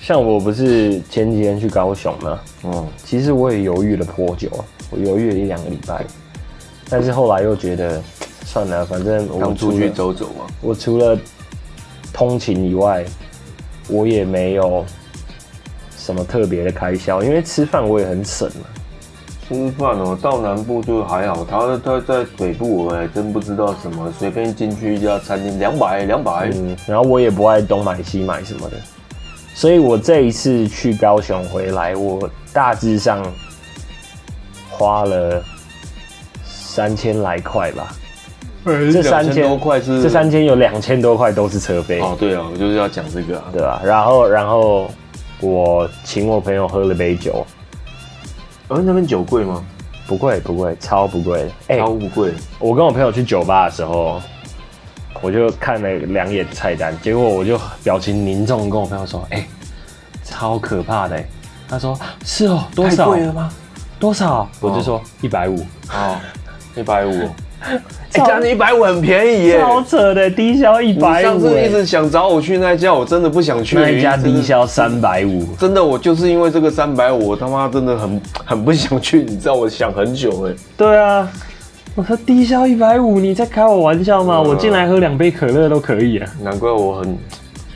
Speaker 4: 像我不是前几天去高雄吗？
Speaker 3: 嗯，
Speaker 4: 其实我也犹豫了颇久，啊我犹豫了一两个礼拜，但是后来又觉得算了，反正我
Speaker 3: 刚出
Speaker 4: 除
Speaker 3: 去
Speaker 4: 了
Speaker 3: 走走嘛。
Speaker 4: 我除了通勤以外，我也没有什么特别的开销，因为吃饭我也很省啊嘛。
Speaker 3: 吃饭哦，到南部就还好，他他在北部我还真不知道什么，随便进去一家餐厅两百两百，
Speaker 4: 嗯，然后我也不爱东买西买什么的，所以我这一次去高雄回来，我大致上花了三千来块吧。这三
Speaker 3: 2000多哎块是
Speaker 4: 这三千有两千多块都是车费，
Speaker 3: 嗯哦对啊，我就是要讲这个啊，
Speaker 4: 对吧？然后然后我请我朋友喝了杯酒，呃
Speaker 3: 而、那边酒贵吗？
Speaker 4: 不贵不贵，超不贵的。哎、
Speaker 3: 超不贵，
Speaker 4: 我跟我朋友去酒吧的时候，我就看了两眼菜单，结果我就表情凝重地跟我朋友说：“哎、超可怕的、欸。”他说：“是哦，多
Speaker 3: 太
Speaker 4: 少
Speaker 3: 贵？了吗？
Speaker 4: 多少？”我就说：“一百五。
Speaker 3: 哦，一百五，哎这样子一百五很便宜耶、
Speaker 4: 超扯的，低消一
Speaker 3: 你
Speaker 4: 百
Speaker 3: 上
Speaker 4: 五欸
Speaker 3: 次，一直想找我去那一家，我真的不想去。
Speaker 4: 那一家低
Speaker 3: 真的，
Speaker 4: 消三百五，
Speaker 3: 真的，我就是因为这个三百五，我他妈真的很 [laughs] 很不想去。你知道，我想很久哎、
Speaker 4: 对啊。我说低消一百五，你在开我玩笑吗？我进来喝两杯可乐都可以啊。
Speaker 3: 难怪我很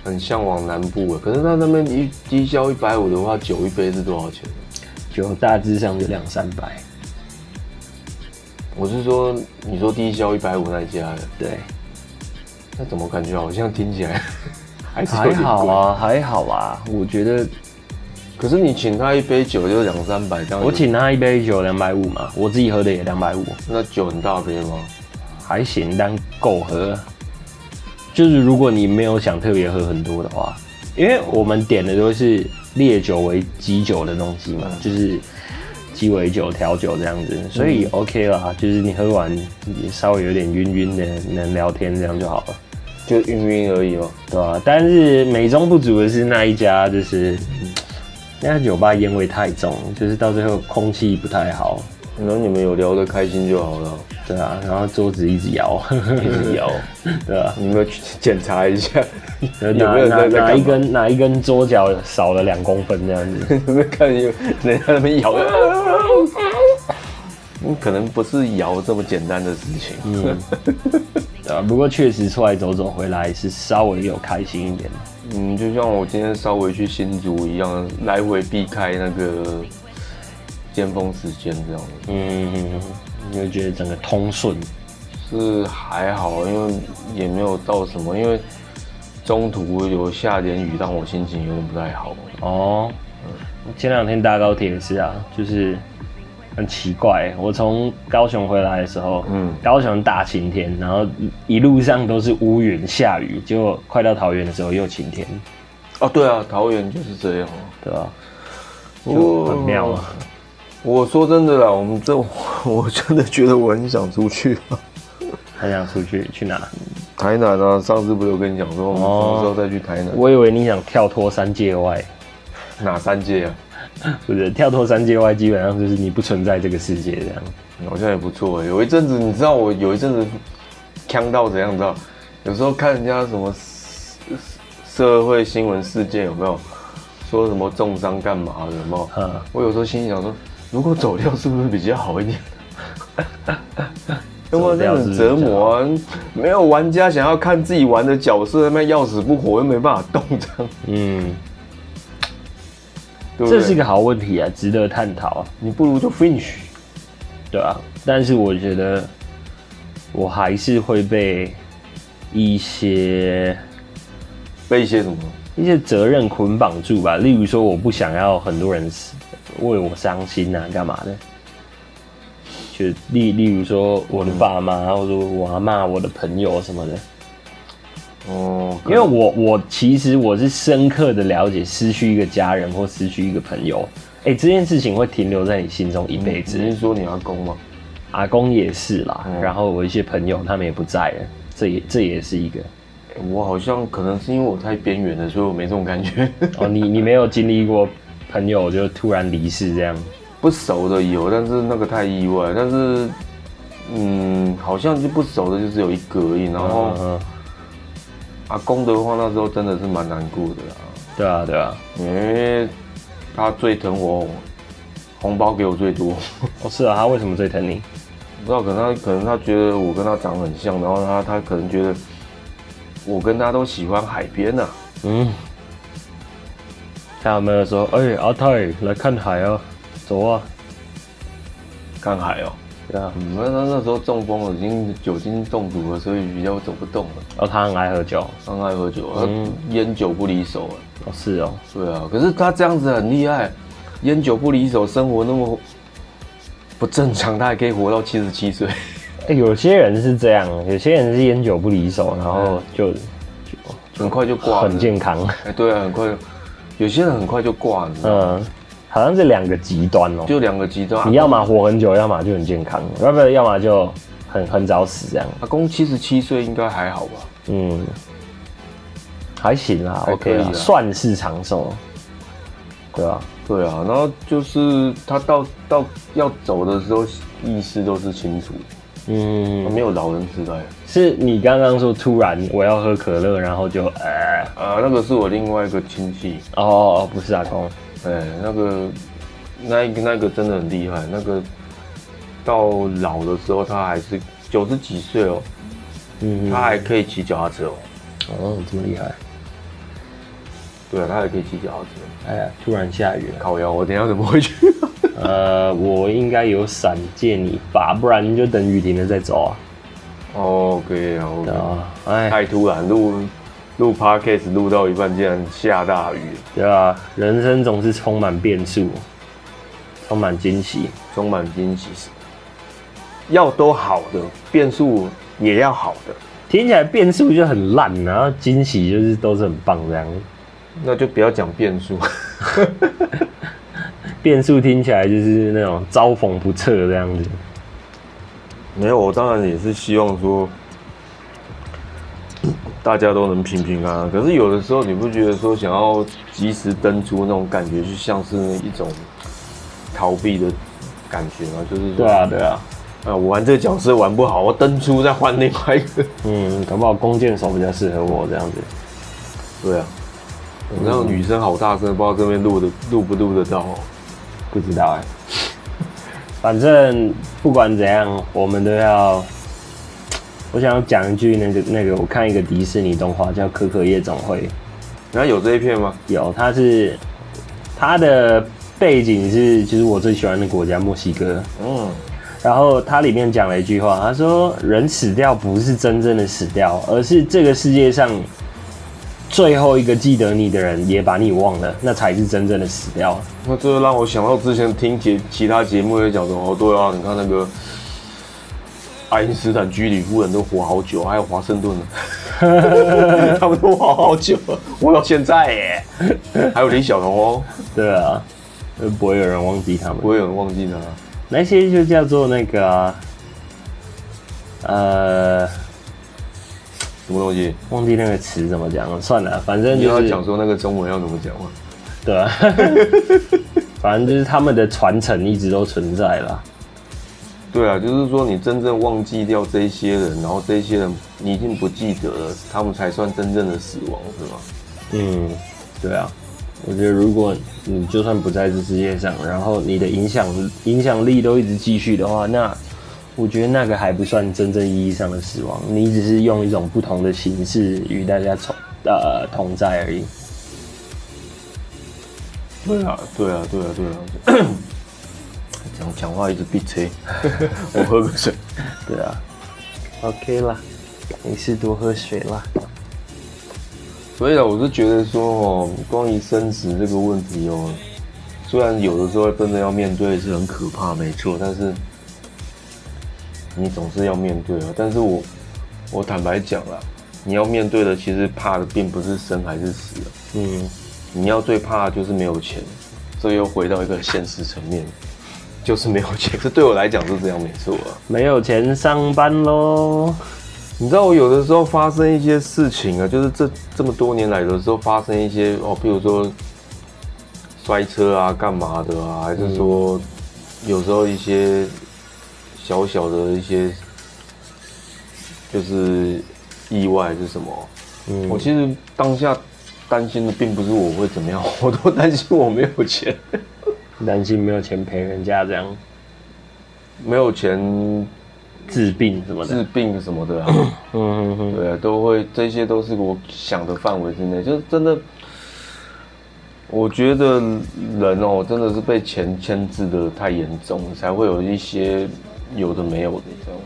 Speaker 3: 很向往南部哎。可是那那边一低消一百五的话，酒一杯是多少钱？
Speaker 4: 酒大致上就两三百，
Speaker 3: 我是说，你说低消一百五那一家耶，
Speaker 4: [laughs] 对，
Speaker 3: 那怎么感觉好像听起来 [laughs] 还是有
Speaker 4: 还
Speaker 3: 点
Speaker 4: 好
Speaker 3: 贵？
Speaker 4: 啊，还好啊。我觉得
Speaker 3: 可是你请他一杯酒就两三百，这样
Speaker 4: 我请他一杯酒两百五嘛，我自己喝的也两百五，
Speaker 3: 那酒很大杯吗？
Speaker 4: 还行，但够喝。就是如果你没有想特别喝很多的话，因为我们点的都是烈酒为基酒的东西嘛，就是鸡尾酒、调酒这样子，所以 OK 啦。就是你喝完也稍微有点晕晕的，能聊天这样就好了。
Speaker 3: 就晕晕而已哦。
Speaker 4: 对啊，但是美中不足的是那一家就是嗯那家酒吧烟味太重，就是到最后空气不太好。
Speaker 3: 然后你们有聊得开心就好了。
Speaker 4: 对啊，然后桌子一直摇，一直摇， [laughs] 对啊，
Speaker 3: 你们去检查一下， [laughs] 有没
Speaker 4: 哪
Speaker 3: 有人
Speaker 4: 哪
Speaker 3: 在在
Speaker 4: 哪
Speaker 3: 干
Speaker 4: 一
Speaker 3: 嘛？
Speaker 4: 根哪一根桌角少了两公分这样子？ [laughs]
Speaker 3: [laughs] 有没有看有人家在那边摇？嗯 [laughs] 可能不是摇这么简单的事情。嗯
Speaker 4: 对啊，不过确实出来走走回来是稍微有开心一点。
Speaker 3: 嗯就像我今天稍微去新竹一样，来回避开那个尖峰时间这样，
Speaker 4: 嗯，你会觉得整个通顺。
Speaker 3: 是还好，因为也没有到什么，因为中途有下点雨，让我心情有点不太好。
Speaker 4: 哦，前两天搭高铁也是啊，就是很奇怪。我从高雄回来的时候，嗯
Speaker 3: 嗯，
Speaker 4: 高雄大晴天，然后一路上都是乌云下雨，结果快到桃园的时候又晴天，
Speaker 3: 哦，对啊，桃园就是这样，
Speaker 4: 对吧、
Speaker 3: 就
Speaker 4: 很妙啊！
Speaker 3: 我说真的啦，我们这 [laughs] 我真的觉得我很想出去。
Speaker 4: 很想出去去哪？
Speaker 3: 台南啊，上次不是有跟你讲说，我们什么时候再去台南？
Speaker 4: 哦我以为你想跳脱三界外，
Speaker 3: 哪三届啊？
Speaker 4: 不是跳脱三界外，基本上就是你不存在这个世界这样。
Speaker 3: 好像也不错欸、有一阵子，你知道我有一阵子呛到怎样，你知道？有时候看人家什么社社会新闻事件有没有说什么重伤干嘛的，有没有？
Speaker 4: 嗯
Speaker 3: 我有时候心里想说，如果走掉是不是比较好
Speaker 4: [laughs]
Speaker 3: 一点？要不然那很折磨啊！没有玩家想要看自己玩的角色，那要死不活又没办法动，这样
Speaker 4: 嗯，
Speaker 3: 对不对？
Speaker 4: 这是一个好问题啊，值得探讨啊。
Speaker 3: 你不如就 finish。
Speaker 4: 对啊，但是我觉得我还是会被一些
Speaker 3: 被一些什么？
Speaker 4: 一些责任捆绑住吧。例如说，我不想要很多人死为我伤心啊，干嘛的？就例例如说我的爸妈，或者我阿妈、我的朋友什么的，
Speaker 3: 哦，
Speaker 4: 因为我我其实我是深刻的了解，失去一个家人或失去一个朋友，哎、这件事情会停留在你心中一辈子。
Speaker 3: 只是说你阿公嘛，
Speaker 4: 阿公也是啦，
Speaker 3: 嗯
Speaker 4: 然后我一些朋友他们也不在了，这也这也是一个。
Speaker 3: 欸我好像可能是因为我太边缘了，所以我没这种感觉。 [laughs]
Speaker 4: 哦，你你没有经历过朋友就突然离世这样，
Speaker 3: 不熟的有，但是那个太意外。但是，嗯，好像就不熟的就只有一个而已。然后、
Speaker 4: 嗯，
Speaker 3: 阿公的话，那时候真的是蛮难过的啦，
Speaker 4: 对啊对啊，
Speaker 3: 因为他最疼我，红包给我最多。
Speaker 4: 哦是啊，他为什么最疼你？
Speaker 3: 不知道，可能他可能他觉得我跟他长得很像，然后他他可能觉得我跟他都喜欢海边呐、啊。
Speaker 4: 嗯，他有没有说，哎、阿泰来看海啊，走啊，
Speaker 3: 看海哦。
Speaker 4: 对啊，
Speaker 3: 嗯，那那那时候中风了，已经酒精中毒了，所以比较走不动了，
Speaker 4: 哦他很爱喝酒，
Speaker 3: 伤害喝酒，啊
Speaker 4: 嗯
Speaker 3: 烟、酒不离手啊。
Speaker 4: 哦是哦，
Speaker 3: 对啊，可是他这样子很厉害，烟酒不离手，生活那么不正常，他还可以活到七十七岁。
Speaker 4: 哎、有些人是这样，有些人是烟酒不离手，然
Speaker 3: 嗯
Speaker 4: 后就
Speaker 3: 很快就挂了，
Speaker 4: 很健康，
Speaker 3: 哎、对啊，很快，有些人很快就挂了，
Speaker 4: 嗯，好像是两个极端哦，
Speaker 3: 就两个啊极端。
Speaker 4: 你要么活很久，要么就很健康，要不然要么就很很早死这样。
Speaker 3: 阿公七十七岁应该还好吧？
Speaker 4: 嗯，还行啦
Speaker 3: 还可以
Speaker 4: ，OK
Speaker 3: 啊
Speaker 4: 啦，
Speaker 3: 啦
Speaker 4: 算是长寿，对吧、
Speaker 3: 对啊，然后就是他到到要走的时候，意识都是清楚的。
Speaker 4: 嗯，
Speaker 3: 没有老人痴呆。
Speaker 4: 是你刚刚说突然我要喝可乐，然后就呃，
Speaker 3: 呃，那个是我另外一个亲戚，
Speaker 4: 哦，哦不是阿公，
Speaker 3: 哎、那个那一个那个真的很厉害，那个到老的时候他还是九十几岁哦，
Speaker 4: 嗯，
Speaker 3: 他还可以骑脚踏车哦，
Speaker 4: 哦这么厉害，
Speaker 3: 对啊，他还可以骑脚踏车。
Speaker 4: 哎呀，突然下雨了，
Speaker 3: 烤羊，我等一下怎么
Speaker 4: [laughs]
Speaker 3: 回去？
Speaker 4: 呃，我应该有伞借你吧，不然你就等雨停了再走啊，
Speaker 3: OK 啊，OK
Speaker 4: 对。啊，哎，
Speaker 3: 太突然，录录 podcast 录到一半，竟然下大雨，
Speaker 4: 对啊，人生总是充满变数，充满惊喜，
Speaker 3: 充满惊喜。要都好的，变数也要好的，
Speaker 4: 听起来变数就很烂，然后惊喜就是都是很棒这样，
Speaker 3: 那就不要讲变数。 [laughs]
Speaker 4: 变数听起来就是那种招逢不测这样子，
Speaker 3: 没有，我当然也是希望说大家都能平平安安。可是有的时候，你不觉得说想要及时登出那种感觉，就像是一种逃避的感觉吗？就是说，
Speaker 4: 对啊，对啊。
Speaker 3: 啊，我玩这个角色玩不好，我登出再换另外一个。
Speaker 4: 嗯，搞不好弓箭手比较适合我这样子。
Speaker 3: 对啊，我那种女生好大声，不知道这边录的录不录得到、哦。
Speaker 4: 不知
Speaker 3: 欸
Speaker 4: 道哎、反正不管怎样，我们都要。我想要讲一句那个那个，我看一个迪士尼动画叫《可可夜总会》，
Speaker 3: 然后有这一片吗？
Speaker 4: 有它是它的背景是就是我最喜欢的国家墨西哥，
Speaker 3: 嗯，
Speaker 4: 然后它里面讲了一句话，他说人死掉不是真正的死掉，而是这个世界上最后一个记得你的人也把你忘了，那才是真正的死掉。
Speaker 3: 那这就让我想到之前听节其他节目也讲说，哦，对啊，你看那个爱因斯坦、居里夫人都活好久，还有华盛顿呢，他们都活好久，活到现在耶。还有李小龙哦，
Speaker 4: 对啊，呃不会有人忘记他们。
Speaker 3: 不会有人忘记他。
Speaker 4: 那些就叫做那个啊、呃，
Speaker 3: 什么东西？
Speaker 4: 忘记那个词怎么讲了，算了，反正
Speaker 3: 你
Speaker 4: 就
Speaker 3: 要
Speaker 4: 是
Speaker 3: 讲说那个中文要怎么讲吗？
Speaker 4: 对、
Speaker 3: [laughs]
Speaker 4: 啊，反正就是他们的传承一直都存在了。
Speaker 3: 对啊，就是说你真正忘记掉这一些人，然后这一些人你已经不记得了，他们才算真正的死亡，是吗？
Speaker 4: 嗯，对啊，我觉得如果你就算不在这世界上，然后你的影响影响力都一直继续的话，那我觉得那个还不算真正意义上的死亡，你只是用一种不同的形式与大家同呃同在而已。
Speaker 3: 对啊，对啊，对啊，对啊。 [coughs] 讲讲话一直闭 [laughs] 嘴，我喝个水。
Speaker 4: 对啊，OK 啦，没事多喝水啦。
Speaker 3: 所以啊，我是觉得说哦，关于生死这个问题哦，虽然有的时候真的要面对是很可怕，没错，但是你总是要面对啊。但是我我坦白讲啦，你要面对的其实怕的并不是生还是死、啊，
Speaker 4: 嗯，
Speaker 3: 你要最怕的就是没有钱，这又回到一个现实层面，就是没有钱。这对我来讲是这样，没错啊。
Speaker 4: 没有钱上班喽。
Speaker 3: 你知道我有的时候发生一些事情啊，就是这这么多年来有的时候发生一些哦，譬如说摔车啊、干嘛的啊，还是说有时候一些小小的一些就是意外还是什么，
Speaker 4: 嗯，
Speaker 3: 我其实当下担心的并不是我会怎么样， [laughs] 我都担心我没有钱，
Speaker 4: 担心没有钱陪人家这样
Speaker 3: 没有钱
Speaker 4: 治病什么的。
Speaker 3: 治病什么的啊。
Speaker 4: 嗯嗯嗯，
Speaker 3: 对啊，都会，这些都是我想的范围之内。就是真的，我觉得人哦，真的是被钱牵制的太严重了，才会有一些有的没有的，你知道吗？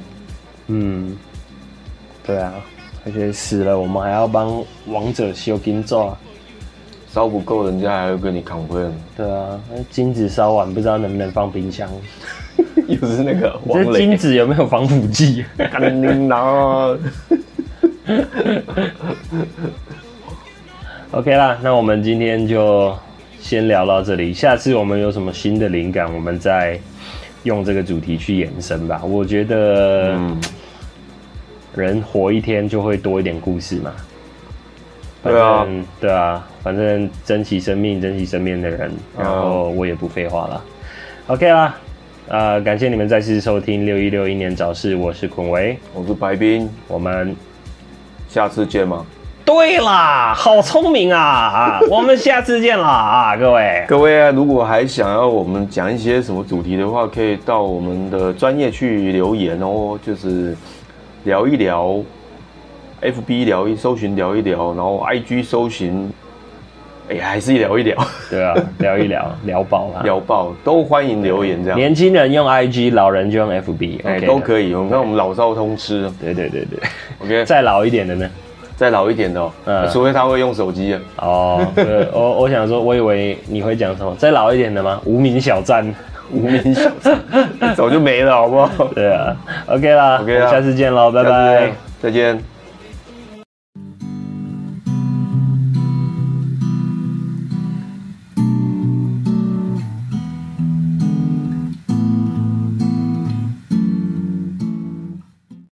Speaker 4: 嗯，对啊，而且死了我们还要帮王者修金咒啊。
Speaker 3: 烧不够，人家还会 [laughs] 跟你 complain，
Speaker 4: 对啊，金子烧完不知道能不能放冰箱。
Speaker 3: 又是那个
Speaker 4: 这
Speaker 3: 王
Speaker 4: 金
Speaker 3: 雷，
Speaker 4: 子有没有防腐剂？啊
Speaker 3: 干你娘！
Speaker 4: OK 啦，那我们今天就先聊到这里。下次我们有什么新的灵感，我们再用这个主题去延伸吧。我觉得
Speaker 3: 嗯，
Speaker 4: 人活一天就会多一点故事嘛。
Speaker 3: 对啊
Speaker 4: 反正，对啊，反正珍惜生命，珍惜身边的人。然后我也不废话了。OK 啦，呃，感谢你们再次收听六一六一年早市，我是坤维，
Speaker 3: 我是白冰，
Speaker 4: 我们
Speaker 3: 下次见嘛，
Speaker 4: 对啦，好聪明啊啊！我们下次见啦啊，各位，
Speaker 3: 各位啊，如果还想要我们讲一些什么主题的话，可以到我们的专业去留言哦，就是聊一聊，FB 聊一搜寻聊一聊，然后 IG 搜寻，哎、还是聊一聊， [laughs]
Speaker 4: 对啊，聊一聊，聊爆啦。
Speaker 3: 聊爆都欢迎留言这样，
Speaker 4: 年轻人用 IG，老人就用 FB，
Speaker 3: 哎、
Speaker 4: OK
Speaker 3: 都
Speaker 4: 以。
Speaker 3: 可以，我们看我们老少通吃
Speaker 4: 对对对对， [laughs]
Speaker 3: ，OK，再
Speaker 4: 再老一点的呢？
Speaker 3: 再老一点的、哦，
Speaker 4: 嗯
Speaker 3: 除非他会用手机啊，
Speaker 4: 哦，呃我我想说，我以为你会讲什么，再老一点的吗？无名小站。
Speaker 3: 无名小站 [laughs] 早就没了，好不好？
Speaker 4: 对啊，OK 啦
Speaker 3: OK 啦
Speaker 4: 我们下次见喽，拜
Speaker 3: 下次
Speaker 4: 拜
Speaker 3: 见。，再见。